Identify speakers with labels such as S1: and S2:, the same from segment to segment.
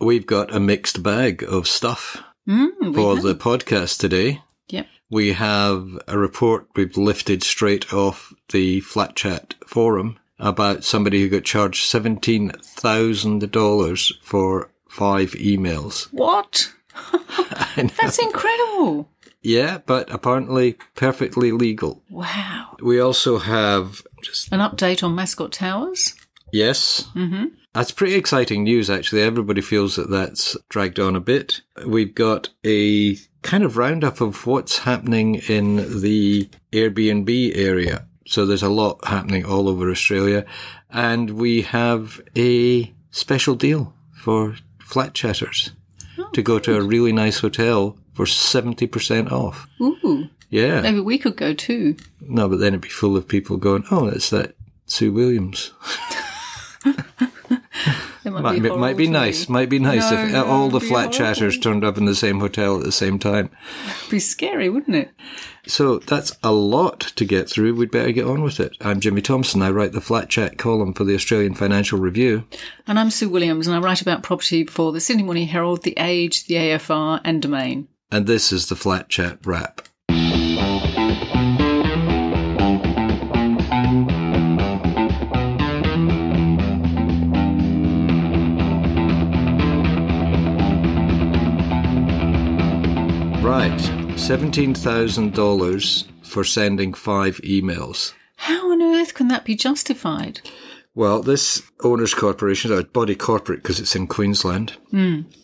S1: we've got a mixed bag of stuff
S2: Mm, we
S1: for
S2: have.
S1: the podcast today.
S2: Yep.
S1: We have a report we've lifted straight off the Flat Chat forum about somebody who got charged $17,000 for five emails.
S2: What?
S1: And-
S2: That's incredible.
S1: yeah, but apparently perfectly legal.
S2: Wow.
S1: We also have just,
S2: An update on Mascot Towers.
S1: yes,
S2: hmm
S1: That's pretty exciting news, actually. Everybody feels that that's dragged on a bit. We've got a kind of roundup of what's happening in the Airbnb area. So there's a lot happening all over Australia. And we have a special deal for flat chatters to go to a really nice hotel for 70% off.
S2: Ooh,
S1: Yeah.
S2: maybe we could go too.
S1: No, but then it'd be full of people going, oh, that's that Sue Williams.
S2: That might,
S1: Might
S2: be,
S1: be, might be
S2: horrible
S1: nice.
S2: to
S1: Might be nice
S2: No,
S1: if
S2: no,
S1: all the
S2: it'd be
S1: flat
S2: horrible.
S1: chatters turned up in the same hotel at the same time.
S2: do. Be scary, wouldn't it?
S1: So that's a lot to get through. We'd better get on with it. I'm Jimmy Thompson. I write the flat chat column for the Australian Financial Review.
S2: And I'm Sue Williams, and I write about property for the Sydney Morning Herald, The Age, the AFR, and Domain.
S1: And this is the flat chat wrap. Right, $17,000 for sending five emails.
S2: How on earth can that be justified?
S1: Well, this owners' corporation, or body corporate, because it's in Queensland,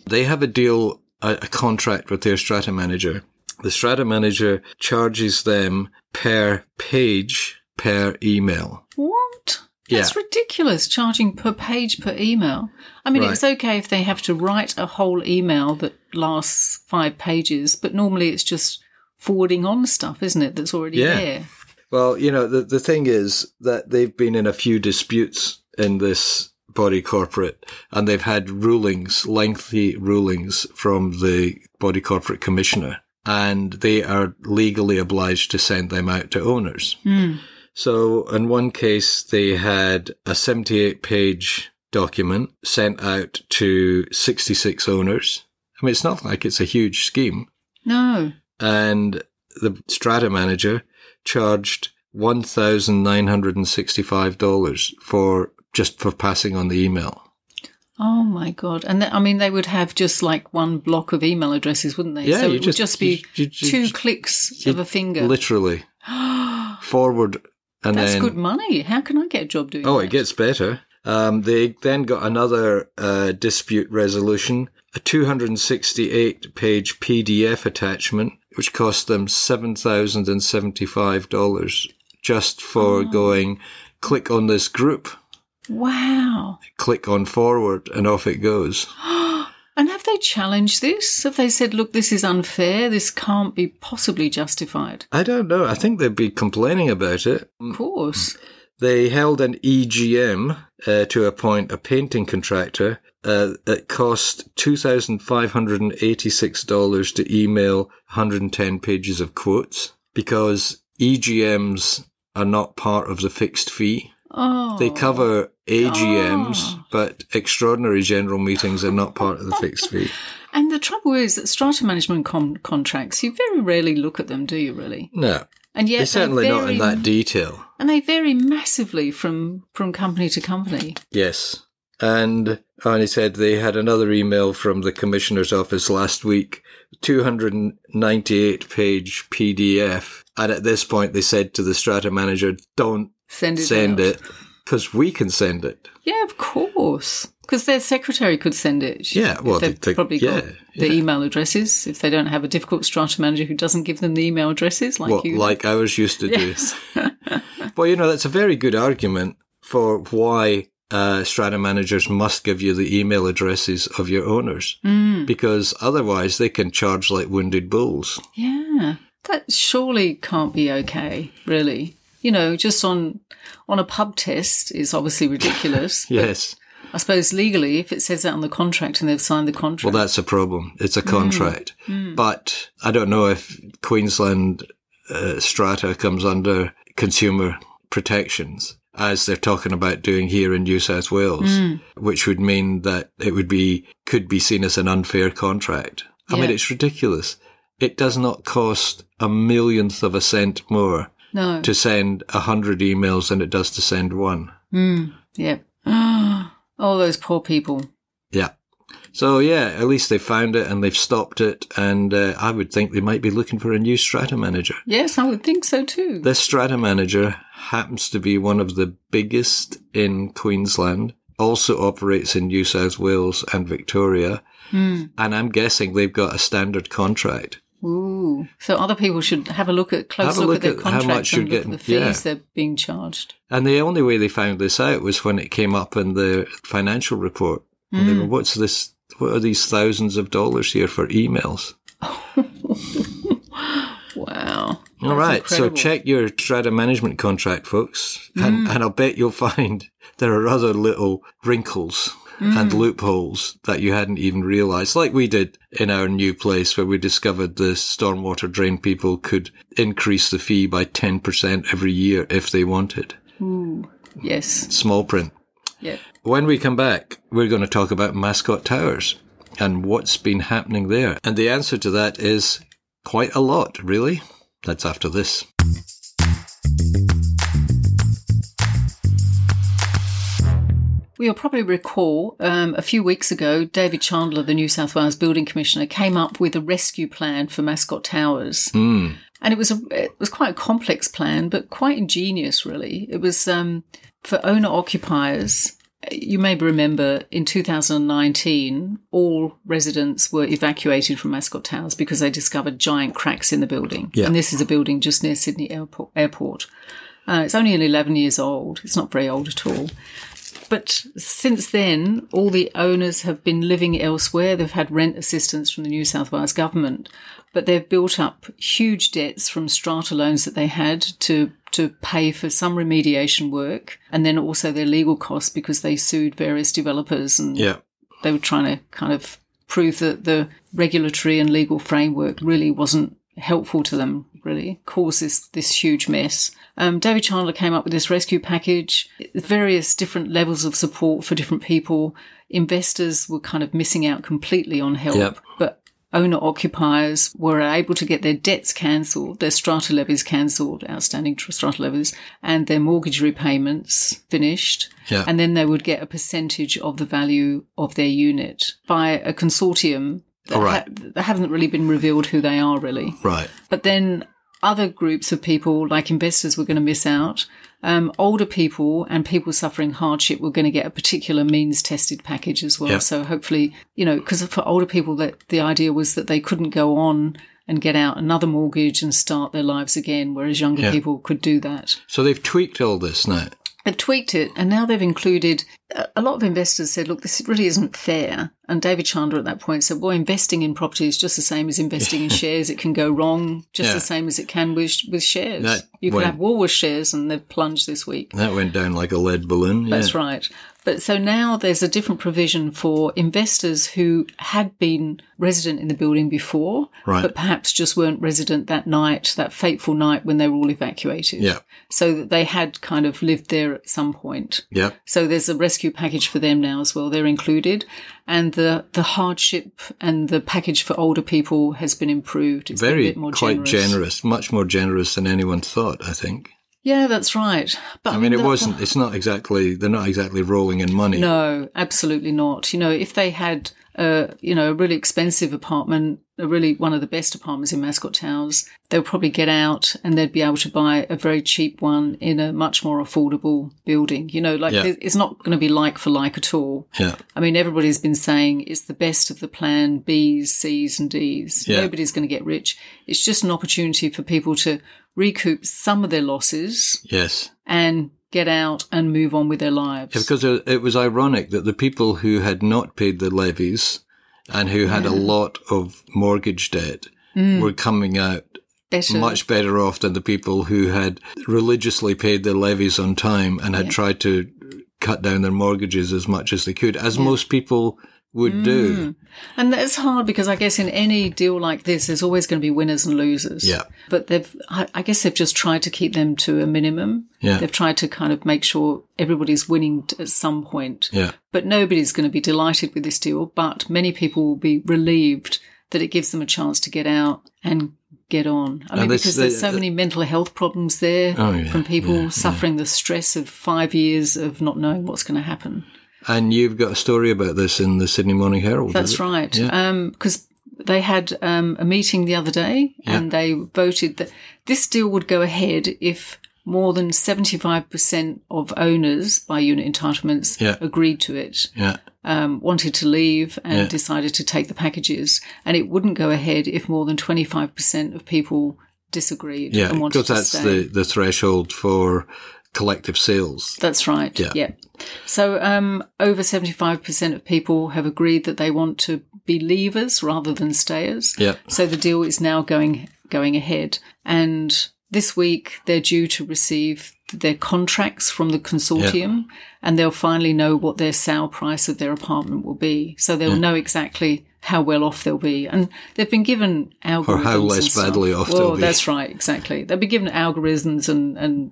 S1: they have a deal, a, a contract with their strata manager. The strata manager charges them per page, per email.
S2: What? That's
S1: Yeah.
S2: ridiculous, charging per page per email. I mean,
S1: Right.
S2: it's okay if they have to write a whole email that lasts five pages, but normally it's just forwarding on stuff, isn't it, that's already
S1: Yeah.
S2: there?
S1: Well, you know, the, the thing is that they've been in a few disputes in this body corporate and they've had rulings, lengthy rulings from the body corporate commissioner, and they are legally obliged to send them out to owners.
S2: Hmm.
S1: So, in one case, they had a 78 page document sent out to 66 owners. I mean, it's not like it's a huge scheme
S2: No.
S1: and the strata manager charged one thousand nine hundred and sixty-five dollars for just for passing on the email.
S2: Oh my god! And th- I mean, they would have just like one block of email addresses, wouldn't they?
S1: Yeah,
S2: so
S1: you
S2: it would
S1: just-
S2: just be
S1: you- you- you-
S2: two
S1: you-
S2: clicks
S1: you
S2: of a finger.
S1: Literally forward, and
S2: That's
S1: then
S2: good money. How can I get a job doing?
S1: oh,
S2: that?
S1: it gets better. Um, they then got another uh, dispute resolution, a two hundred and sixty-eight page PDF attachment, which cost them seven thousand and seventy-five dollars just for going. Click on this group.
S2: Wow!
S1: click on forward and off it goes.
S2: And have they challenged this? Have they said, "Look, this is unfair. This can't be possibly justified"?
S1: I don't know. I think they'd be complaining about it.
S2: Of course.
S1: Mm. They held an EGM uh, to appoint a painting contractor uh, that cost $2,586 to email 110 pages of quotes because EGMs are not part of the fixed fee.
S2: Oh,
S1: They cover AGMs,
S2: Oh.
S1: but extraordinary general meetings are not part of the fixed fee.
S2: And the trouble is that strata management con- contracts. You very rarely look at them, do you? Really?
S1: No,
S2: And yet,
S1: it's certainly
S2: they
S1: not in
S2: vary-
S1: that detail.
S2: And they vary massively from from company to company.
S1: Yes. And and he said they had another email from the commissioner's office last week, 298 page PDF. And at this point, they said to the strata manager, don't
S2: Send it.
S1: send
S2: out.
S1: it because we can send it.
S2: Yeah, of course. Because their secretary could send it.
S1: Yeah, well,
S2: If they've
S1: they- they-
S2: probably got
S1: yeah,
S2: the
S1: yeah.
S2: email addresses. If they don't have a difficult strata manager who doesn't give them the email addresses, like
S1: what,
S2: you,
S1: like ours used to
S2: yes,
S1: do. Well, you know, that's a very good argument for why uh, strata managers must give you the email addresses of your owners
S2: Hmm.
S1: because otherwise they can charge like wounded bulls.
S2: yeah, that surely can't be okay, really. You know, just on on a pub test is obviously ridiculous.
S1: Yes.
S2: I suppose legally, if it says that on the contract and they've signed the contract,
S1: Well, that's a problem. It's a contract. But I don't know if Queensland uh, strata comes under consumer protections. as they're talking about doing here in New South Wales, which would mean that it would be, could be seen as an unfair contract. I mean,
S2: Yeah.
S1: it's ridiculous. It does not cost a millionth of a cent more
S2: No.
S1: to send a hundred emails than it does to send one.
S2: yeah. Oh, those poor people.
S1: Yeah. So yeah, at least they found it and they've stopped it. And uh, I would think they might be looking for a new strata manager.
S2: Yes, I would think so too.
S1: This strata manager happens to be one of the biggest in Queensland. Also operates in New South Wales and Victoria. And I'm guessing they've got a standard contract.
S2: Ooh. So other people should have a look at close
S1: Have a
S2: look,
S1: look
S2: at their
S1: at how
S2: contracts
S1: much
S2: and
S1: you're
S2: look at the fees
S1: getting- yeah.
S2: they're being charged.
S1: And the only way they found this out was when it came up in the financial report. And they were, what's this? What are these thousands of dollars here for emails?
S2: Wow.
S1: All right, so
S2: incredible.
S1: check your strata management contract, folks, and, and I'll bet you'll find there are other little wrinkles and loopholes that you hadn't even realised, like we did in our new place where we discovered the stormwater drain people could increase the fee by 10% every year if they wanted.
S2: Yes.
S1: Small print.
S2: Yeah.
S1: When we come back, we're going to talk about mascot towers and what's been happening there. And the answer to that is quite a lot, really. That's after this.
S2: Well, you'll probably recall um, a few weeks ago, David Chandler, the New South Wales Building Commissioner, came up with a rescue plan for Mascot Towers. And it was a, it was quite a complex plan, but quite ingenious, really. It was um, for owner occupiers. You may remember in 2019, all residents were evacuated from Mascot Towers because they discovered giant cracks in the building.
S1: Yeah.
S2: And this is a building just near Sydney Airport. airport. Uh, it's only 11 years old. It's not very old at all. But since then, all the owners have been living elsewhere. They've had rent assistance from the New South Wales government, but they've built up huge debts from strata loans that they had to to pay for some remediation work and then also their legal costs because they sued various developers and
S1: Yeah.
S2: they were trying to kind of prove that the regulatory and legal framework really wasn't helpful to them really caused this this huge mess um, david chandler came up with this rescue package various different levels of support for different people investors were kind of missing out completely on help
S1: Yep.
S2: but owner occupiers were able to get their debts cancelled, their strata levies cancelled, outstanding tr- strata levies, and their mortgage repayments finished.
S1: Yeah.
S2: And then they would get a percentage of the value of their unit by a consortium that,
S1: All right.
S2: ha- that haven't really been revealed who they are, really.
S1: Right.
S2: But then other groups of people, like investors, were going to miss out. Um, older people and people suffering hardship were going to get a particular means tested package as well.
S1: Yeah.
S2: So hopefully, you know, because for older people, that the idea was that they couldn't go on and get out another mortgage and start their lives again, whereas younger
S1: Yeah.
S2: people could do that.
S1: So they've tweaked all this now.
S2: They've tweaked it, and now they've included. a- A lot of investors said, "Look, this really isn't fair." And David Chandler at that point said, "Well, investing in property is just the same as investing in shares. It can go wrong, just
S1: Yeah.
S2: the same as it can with, with shares.
S1: That
S2: you could
S1: went-
S2: have Woolworths shares, and they've plunged this week.
S1: That went down like a lead balloon. Yeah.
S2: That's right. But so now there's a different provision for investors who had been resident in the building before,
S1: Right.
S2: but perhaps just weren't resident that night, that fateful night when they were all evacuated.
S1: Yeah.
S2: So that they had kind of lived there at some point.
S1: Yep.
S2: So there's a rescue package for them now as well. They're included, and the the hardship and the package for older people has been improved. It's been a
S1: Very,
S2: bit more
S1: quite generous. much more generous than anyone thought, I think.
S2: Yeah, that's right. But
S1: I mean, it
S2: the-
S1: wasn't, it's not exactly, they're not exactly rolling in money.
S2: No, absolutely not. You know, if they had a you know a really expensive apartment, a really one of the best apartments in Mascot Towers, they'll probably get out and they'd be able to buy a very cheap one in a much more affordable building. You know, like
S1: Yeah.
S2: it- it's not going to be like for like at all.
S1: Yeah.
S2: I mean, everybody's been saying it's the best of the plan B's, C's, and D's.
S1: Yeah.
S2: Nobody's going to get rich. It's just an opportunity for people to recoup some of their losses
S1: Yes.
S2: and get out and move on with their lives.
S1: Because it it was ironic that the people who had not paid the levies and who had a lot of mortgage debt
S2: Mm.
S1: were coming out
S2: Better.
S1: much better off than the people who had religiously paid their levies on time and had tried to cut down their mortgages as much as they could, as most people would
S2: Mm.
S1: do.
S2: And that's hard because I guess in any deal like this, there's always going to be winners and losers.
S1: Yeah.
S2: But they've, I I guess they've just tried to keep them to a minimum.
S1: Yeah.
S2: They've tried to kind of make sure everybody's winning t- at some point.
S1: Yeah.
S2: But nobody's going to be delighted with this deal, but many people will be relieved that it gives them a chance to get out and get on. I mean,
S1: this-
S2: because there's
S1: the-
S2: so
S1: the-
S2: many mental health problems there
S1: Oh, yeah,
S2: from people
S1: yeah, yeah.
S2: suffering the stress of five years of not knowing what's going to happen.
S1: And you've got a story about this in the Sydney Morning Herald. is
S2: That's
S1: it?
S2: right. Because
S1: Yeah.
S2: they had um, a meeting the other day
S1: Yeah.
S2: and they voted that this deal would go ahead if more than 75% of owners by unit entitlements
S1: Yeah.
S2: agreed to it,
S1: Yeah.
S2: um, wanted to leave and
S1: Yeah.
S2: decided to take the packages. And it wouldn't go ahead if more than 25% of people disagreed
S1: Yeah.
S2: and wanted
S1: Because
S2: to
S1: that's
S2: stay.
S1: the, the threshold for collective sales.
S2: That's right.
S1: Yeah.
S2: Yeah. So um, over 75% of people have agreed that they want to be leavers rather than stayers.
S1: Yeah.
S2: So the deal is now going going ahead. And this week they're due to receive their contracts from the consortium and they'll finally know what their sale price of their apartment will be. So they'll know exactly how well off they'll be. And they've been given algorithms. and
S1: less
S2: stuff.
S1: badly off
S2: well,
S1: they'll be.
S2: That's right, exactly. They've been given algorithms and, and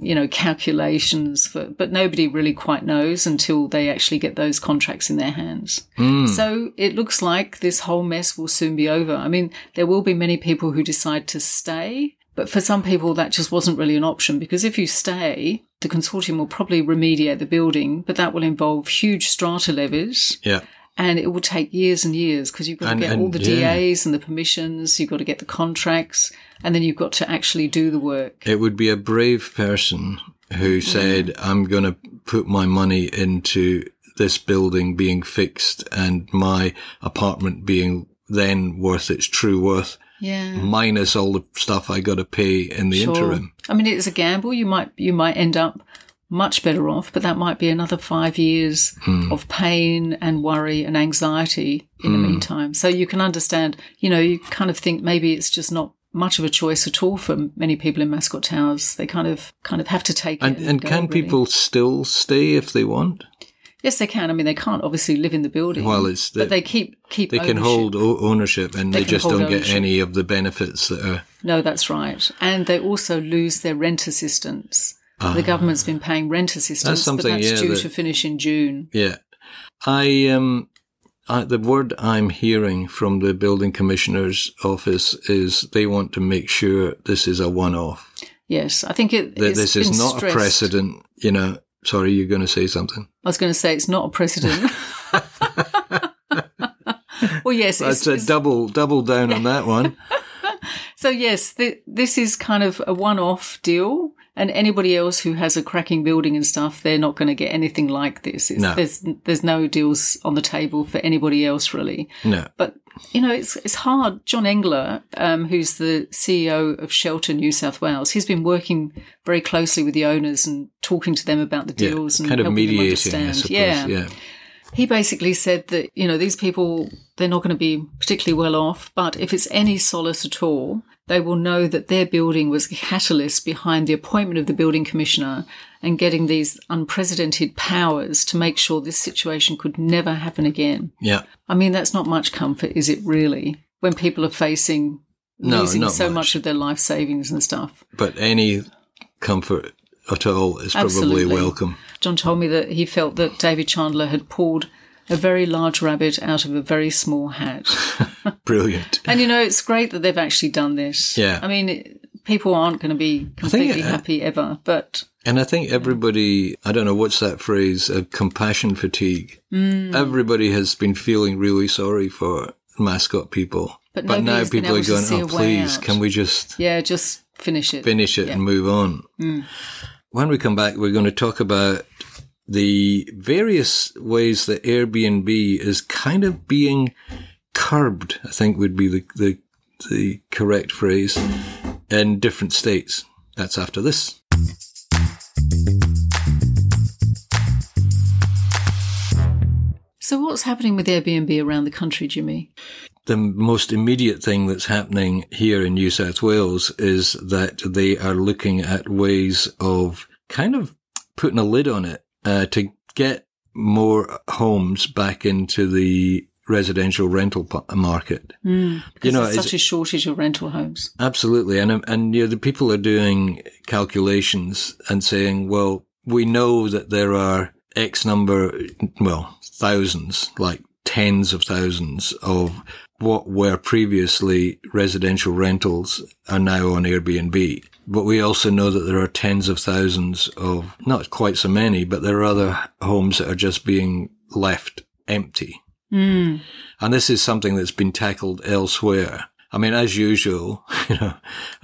S2: you know, calculations for but nobody really quite knows until they actually get those contracts in their hands.
S1: Hmm.
S2: So it looks like this whole mess will soon be over. I mean, there will be many people who decide to stay, but for some people that just wasn't really an option because if you stay, the consortium will probably remediate the building, but that will involve huge strata levies
S1: Yeah.
S2: and it will take years and years because you've got
S1: And-
S2: to get
S1: and-
S2: all the
S1: yeah.
S2: DAs and the permissions, you've got to get the contracts, and then you've got to actually do the work.
S1: It would be a brave person who said, I'm going to put my money into this building being fixed and my apartment being then worth its true worth,
S2: Yeah.
S1: minus all the stuff I got to pay in Mm, the
S2: Sure.
S1: interim.
S2: I mean, it's a gamble. You might you might end up much better off, but that might be another five years
S1: Mm.
S2: of pain and worry and anxiety in the meantime. So you can understand. You know, you kind of think maybe it's just not much of a choice at all for many people in Mascot Towers. They kind of kind of have to take
S1: And,
S2: it.
S1: and
S2: go,
S1: can
S2: really.
S1: people still stay if they want?
S2: Yes, they can. I mean, they can't obviously live in the building.
S1: Well, it's the-
S2: but they keep keep.
S1: They can
S2: ownership.
S1: hold o- ownership and they,
S2: They can
S1: just
S2: hold
S1: don't get
S2: ownership.
S1: any of the benefits that are.
S2: No, that's right. And they also lose their rent assistance. the government's been paying rent assistance, but
S1: Ah. something,
S2: that's
S1: yeah,
S2: due
S1: that-
S2: to finish in June.
S1: Yeah. I, um, I, the word I'm hearing from the building commissioner's office is they want to make sure this is a one off.
S2: Yes, I think it.
S1: That
S2: it's
S1: this is
S2: been
S1: not
S2: stressed.
S1: a precedent, you know. Sorry, you're going to say something.
S2: I was going to say it's not a precedent. well, yes, it's-
S1: That's a
S2: it's-
S1: double double down on that one.
S2: so yes, th- this is kind of a one-off deal, and anybody else who has a cracking building and stuff, they're not going to get anything like this. It's,
S1: No.
S2: There's there's no deals on the table for anybody else really.
S1: No.
S2: But you know, it's it's hard. John Engler, um, who's the CEO of Shelter New South Wales, he's been working very closely with the owners and talking to them about the
S1: Yeah,
S2: deals and
S1: kind of
S2: helping them
S1: mediating, I
S2: understand.
S1: suppose.
S2: Yeah.
S1: yeah.
S2: he basically said that you know these people they're not going to be particularly well off, but if it's any solace at all, they will know that their building was the catalyst behind the appointment of the building commissioner and getting these unprecedented powers to make sure this situation could never happen again.
S1: Yeah.
S2: I mean, that's not much comfort, is it really? When people are facing
S1: No,
S2: losing
S1: not
S2: so
S1: much.
S2: much. of their life savings and stuff.
S1: But any comfort at all is probably
S2: Absolutely.
S1: welcome.
S2: John told me that he felt that David Chandler had pulled a very large rabbit out of a very small hat.
S1: Brilliant.
S2: and you know, it's great that they've actually done this.
S1: Yeah.
S2: I mean, it, people aren't going to be completely
S1: uh,
S2: happy ever, but
S1: And I think everybody, I don't know what's that phrase, uh, compassion fatigue.
S2: Mm.
S1: Everybody has been feeling really sorry for mascot people.
S2: But
S1: now
S2: nobody's been
S1: people are
S2: able to
S1: going,
S2: see
S1: oh,
S2: a way
S1: please,
S2: out."
S1: can we just
S2: yeah, just finish it.
S1: finish it and move on?
S2: Mm.
S1: When we come back, we're going to talk about the various ways that Airbnb is kind of being curbed, I think would be the, the, the correct phrase, in different states. That's after this.
S2: so, what's happening with Airbnb around the country, Jimmy?
S1: the most immediate thing that's happening here in New South Wales is that they are looking at ways of kind of putting a lid on it uh, to get more homes back into the residential rental p- market.
S2: Mm, because
S1: You know,
S2: there's
S1: it's-
S2: such a shortage of rental homes.
S1: Absolutely, and um, and you know, the people are doing calculations and saying, well, we know that there are X number, well, thousands, like tens of thousands of what were previously residential rentals are now on Airbnb. But we also know that there are tens of thousands of, not quite so many, but there are other homes that are just being left empty.
S2: Mm.
S1: And this is something that's been tackled elsewhere. I mean, as usual, you know,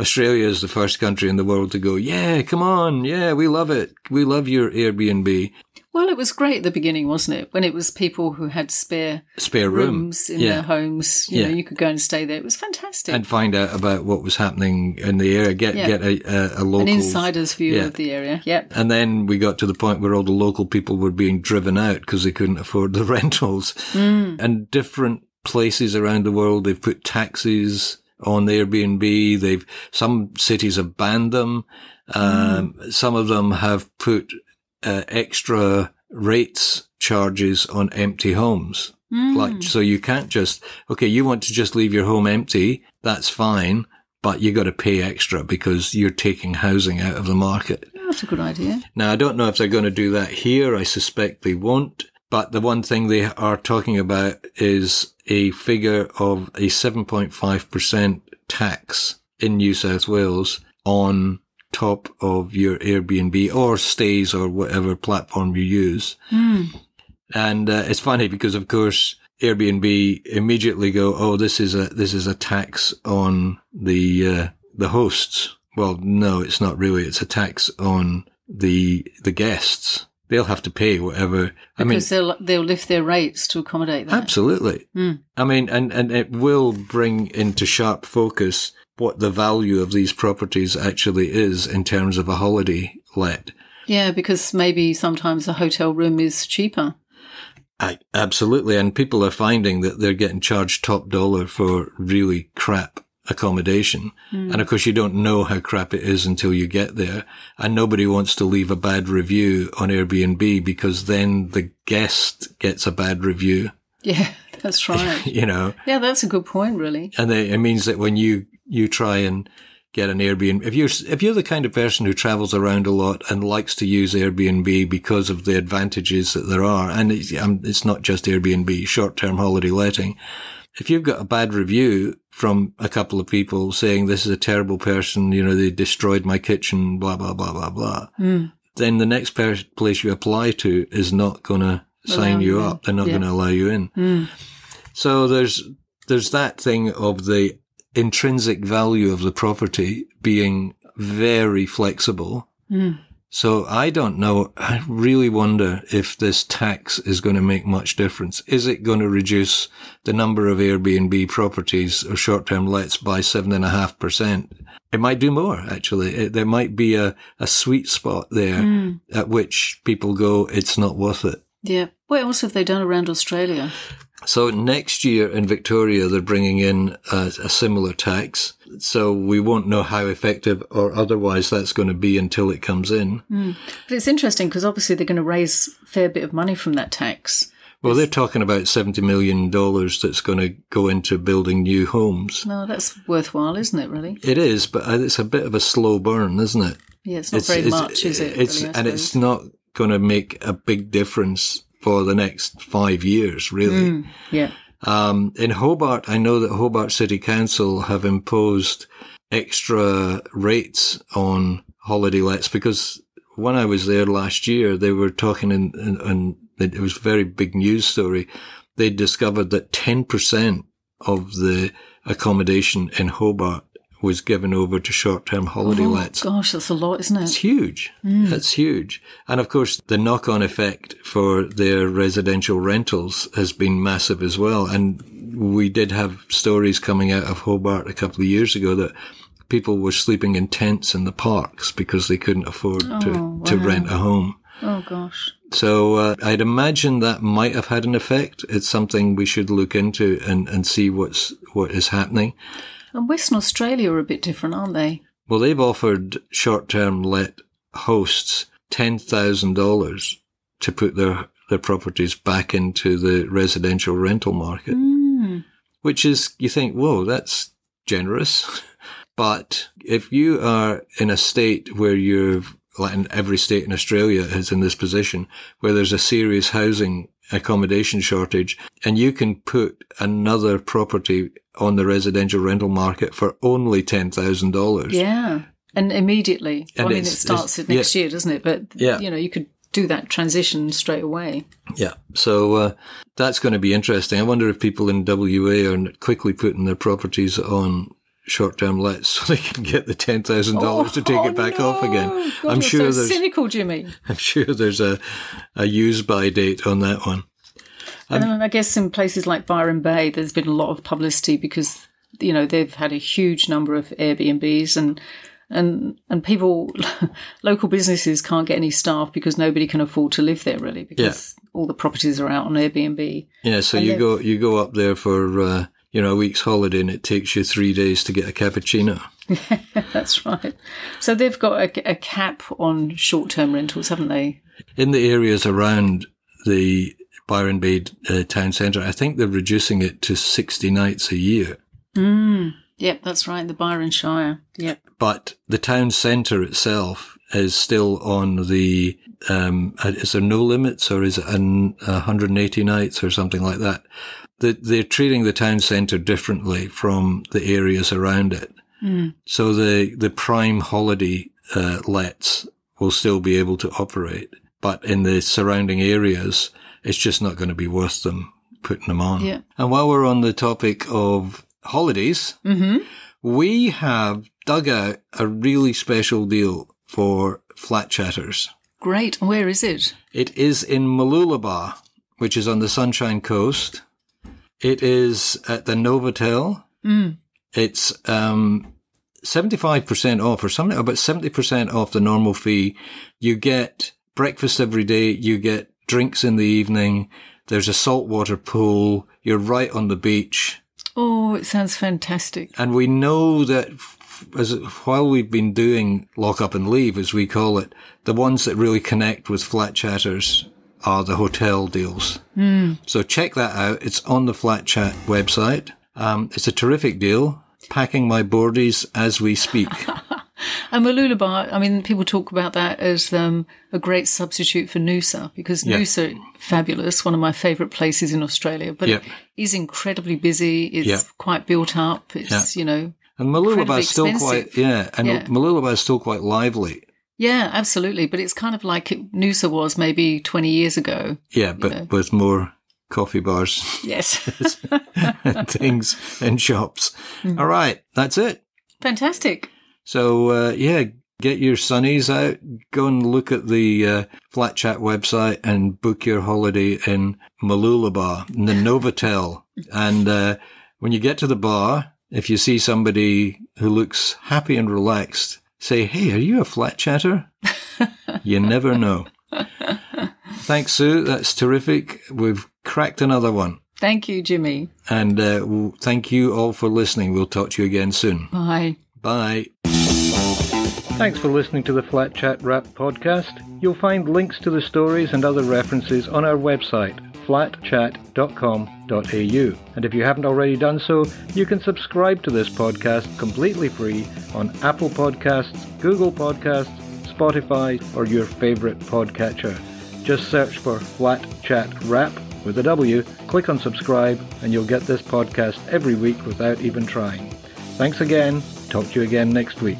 S1: Australia is the first country in the world to go, yeah, come on. Yeah, we love it. We love your Airbnb
S2: Well, it was great at the beginning, wasn't it? When it was people who had spare
S1: spare room
S2: rooms in
S1: Yeah.
S2: their homes, you know,
S1: Yeah.
S2: you could go and stay there. It was fantastic.
S1: and find out about what was happening in the area. Get,
S2: Yeah.
S1: get a, a, a
S2: An
S1: local.
S2: insider's view
S1: yeah.
S2: of the area. Yep.
S1: And then we got to the point where all the local people were being driven out because they couldn't afford the rentals. And different places around the world, they've put taxes on Airbnb. They've some cities have banned them. Um, Some of them have put uh, extra rates charges on empty homes. Like so, you can't just okay. You want to just leave your home empty? That's fine. But you got to pay extra because you're taking housing out of the market.
S2: Oh, That's a good idea.
S1: Now, I don't know if they're going to do that here. I suspect they won't. But the one thing they are talking about is a figure of a 7.5% tax in New South Wales on top of your Airbnb or stays or whatever platform you use. And uh, it's funny because, of course, Airbnb immediately go, "Oh, this is a this is a tax on the uh, the hosts." Well, no, it's not really. It's a tax on the the guests. They'll have to pay whatever. I mean,
S2: Because they'll they'll lift their rates to accommodate that. Hmm.
S1: absolutely. I mean, and and it will bring into sharp focus what the value of these properties actually is in terms of a holiday let.
S2: Yeah, because maybe sometimes a hotel room is cheaper.
S1: I, absolutely, and people are finding that they're getting charged top dollar for really crap accommodation. And of course, you don't know how crap it is until you get there. And nobody wants to leave a bad review on Airbnb because then the guest gets a bad review,
S2: Yeah, that's right.
S1: you know.
S2: yeah, that's a good point, really.
S1: And they, it means that when you you try and get an Airbnb, if you're if you're the kind of person who travels around a lot and likes to use Airbnb because of the advantages that there are, and it's, um, it's not just Airbnb, short term holiday letting. If you've got a bad review from a couple of people saying this is a terrible person, you know they destroyed my kitchen, blah blah blah blah blah,
S2: Hmm.
S1: then the next per- place you apply to is not going to sign
S2: Allow
S1: you
S2: you in.
S1: up. They're not
S2: Yeah.
S1: going to allow you in.
S2: Hmm.
S1: So there's there's that thing of the intrinsic value of the property being very flexible. So I don't know. I really wonder if this tax is going to make much difference. Is it going to reduce the number of Airbnb properties or short-term lets by seven and a half percent? It might do more, actually. It, there might be a, a sweet spot there at which people go, it's not worth it.
S2: Yeah. What else have they done around Australia?
S1: So next year in Victoria, they're bringing in a, a similar tax. So we won't know how effective or otherwise that's going to be until it comes in.
S2: Mm. But it's interesting because obviously they're going to raise a fair bit of money from that tax.
S1: Well, they're talking about $70 million that's going to go into building new homes.
S2: No, that's worthwhile, isn't it? Really?
S1: It is, but uh, it's a bit of a slow burn, isn't it?
S2: Yeah, it's not very much, is it?
S1: It's,
S2: really, I
S1: and it's
S2: suppose?
S1: not going to make a big difference for the next five years, really.
S2: Hmm. yeah.
S1: Um, in Hobart, I know that Hobart City Council have imposed extra rates on holiday lets because when I was there last year, they were talking in, in, in it was a very big news story. They discovered that 10% of the accommodation in Hobart was given over to short-term holiday
S2: Oh,
S1: lets.
S2: gosh, that's a lot, isn't
S1: It's
S2: it?
S1: huge.
S2: Mm.
S1: That's huge. And of course, the knock on effect for their residential rentals has been massive as well. And we did have stories coming out of Hobart a couple of years ago that people were sleeping in tents in the parks because they couldn't afford to,
S2: Oh,
S1: to
S2: wow.
S1: rent a home.
S2: Oh gosh.
S1: So uh, I'd imagine that might have had an effect. It's something we should look into and, and see what's what is happening.
S2: And Western Australia are a bit different, aren't they?
S1: Well, they've offered short term let hosts $10,000 to put their their properties back into the residential rental market,
S2: Mm.
S1: which is, you think, whoa, that's generous. But if you are in a state where you've, like in every state in Australia is in this position, where there's a serious housing accommodation shortage, and you can put another property on the residential rental market for only $10,000.
S2: Yeah. And immediately.
S1: And
S2: well, I mean, it
S1: it's-
S2: starts
S1: it's-
S2: it next year, doesn't it? But,
S1: Yeah.
S2: you know, you could do that transition straight away.
S1: Yeah. So uh, that's going to be interesting. I wonder if people in WA are quickly putting their properties on short-term lets so they can get the ten thousand dollars to take
S2: Oh,
S1: it back off
S2: no.
S1: again.
S2: God,
S1: I'm
S2: you're
S1: sure
S2: so
S1: there's
S2: cynical, Jimmy.
S1: I'm sure there's a a use by date on that one.
S2: And then I guess in places like Byron Bay, there's been a lot of publicity because you know they've had a huge number of Airbnbs and and and people, local businesses can't get any staff because nobody can afford to live there really because all the properties are out on Airbnb.
S1: Yeah. So you
S2: live-
S1: go you go up there for uh, you know a week's holiday and it takes you three days to get a cappuccino.
S2: That's right. So they've got a, a cap on short-term rentals, haven't they?
S1: in the areas around the Byron Bay uh, town centre. I think they're reducing it to sixty nights a year.
S2: Yep, that's right. The Byron Shire. Yep.
S1: but the town centre itself is still on the. Um, is there no limits, or is it an, 180 nights, or something like that? They- They're treating the town centre differently from the areas around it. So the the prime holiday uh, lets will still be able to operate, but in the surrounding areas, it's just not going to be worth them putting them on.
S2: Yeah.
S1: And while we're on the topic of holidays,
S2: hmm
S1: we have dug out a really special deal for flat chatters.
S2: Great. Where is it?
S1: It is in Mooloolaba, which is on the Sunshine Coast. It is at the Novotel. It's um, 75% off or something, about 70% off the normal fee. You get breakfast every day. You get drinks in the evening. There's a saltwater pool. You're right on the beach.
S2: Oh, it sounds fantastic.
S1: And we know that f- as while we've been doing lock up and leave, as we call it, the ones that really connect with flat chatters are the hotel deals.
S2: Hmm.
S1: So check that out. It's on the Flat Chat website. Um, it's a terrific deal. Packing my boardies as we speak.
S2: And Malula Bar, I mean, people talk about that as um, a great substitute for Noosa because
S1: Yeah.
S2: Noosa, fabulous, one of my favourite places in Australia, but
S1: Yep.
S2: it is incredibly busy. It's
S1: Yeah.
S2: quite built up. It's, you know,
S1: And Malulaba
S2: Incredibly
S1: is still quite,
S2: expensive.
S1: yeah, and
S2: Yeah.
S1: Mooloolaba is still quite lively.
S2: yeah, absolutely. But it's kind of like it, Noosa was maybe 20 years ago.
S1: Yeah, but
S2: know.
S1: with more coffee bars
S2: Yes.
S1: and things and shops.
S2: Hmm.
S1: All right, that's it.
S2: Fantastic.
S1: So uh, yeah, get your sunnies out. Go and look at the uh, Flat Chat website and book your holiday in Malulaba, in the Novotel. And uh, when you get to the bar, if you see somebody who looks happy and relaxed, say, "Hey, are you a flat chatter?" you never know. Thanks, Sue. That's terrific. We've cracked another one.
S2: Thank you, Jimmy.
S1: And uh, w- thank you all for listening. We'll talk to you again soon.
S2: Bye.
S1: Bye. Thanks for listening to the Flat Chat Wrap podcast. You'll find links to the stories and other references on our website, flatchat.com.au. And if you haven't already done so, you can subscribe to this podcast completely free on Apple Podcasts, Google Podcasts, Spotify, or your favorite podcatcher. Just search for Flat Chat Wrap with a W, click on subscribe, and you'll get this podcast every week without even trying. Thanks again. Talk to you again next week.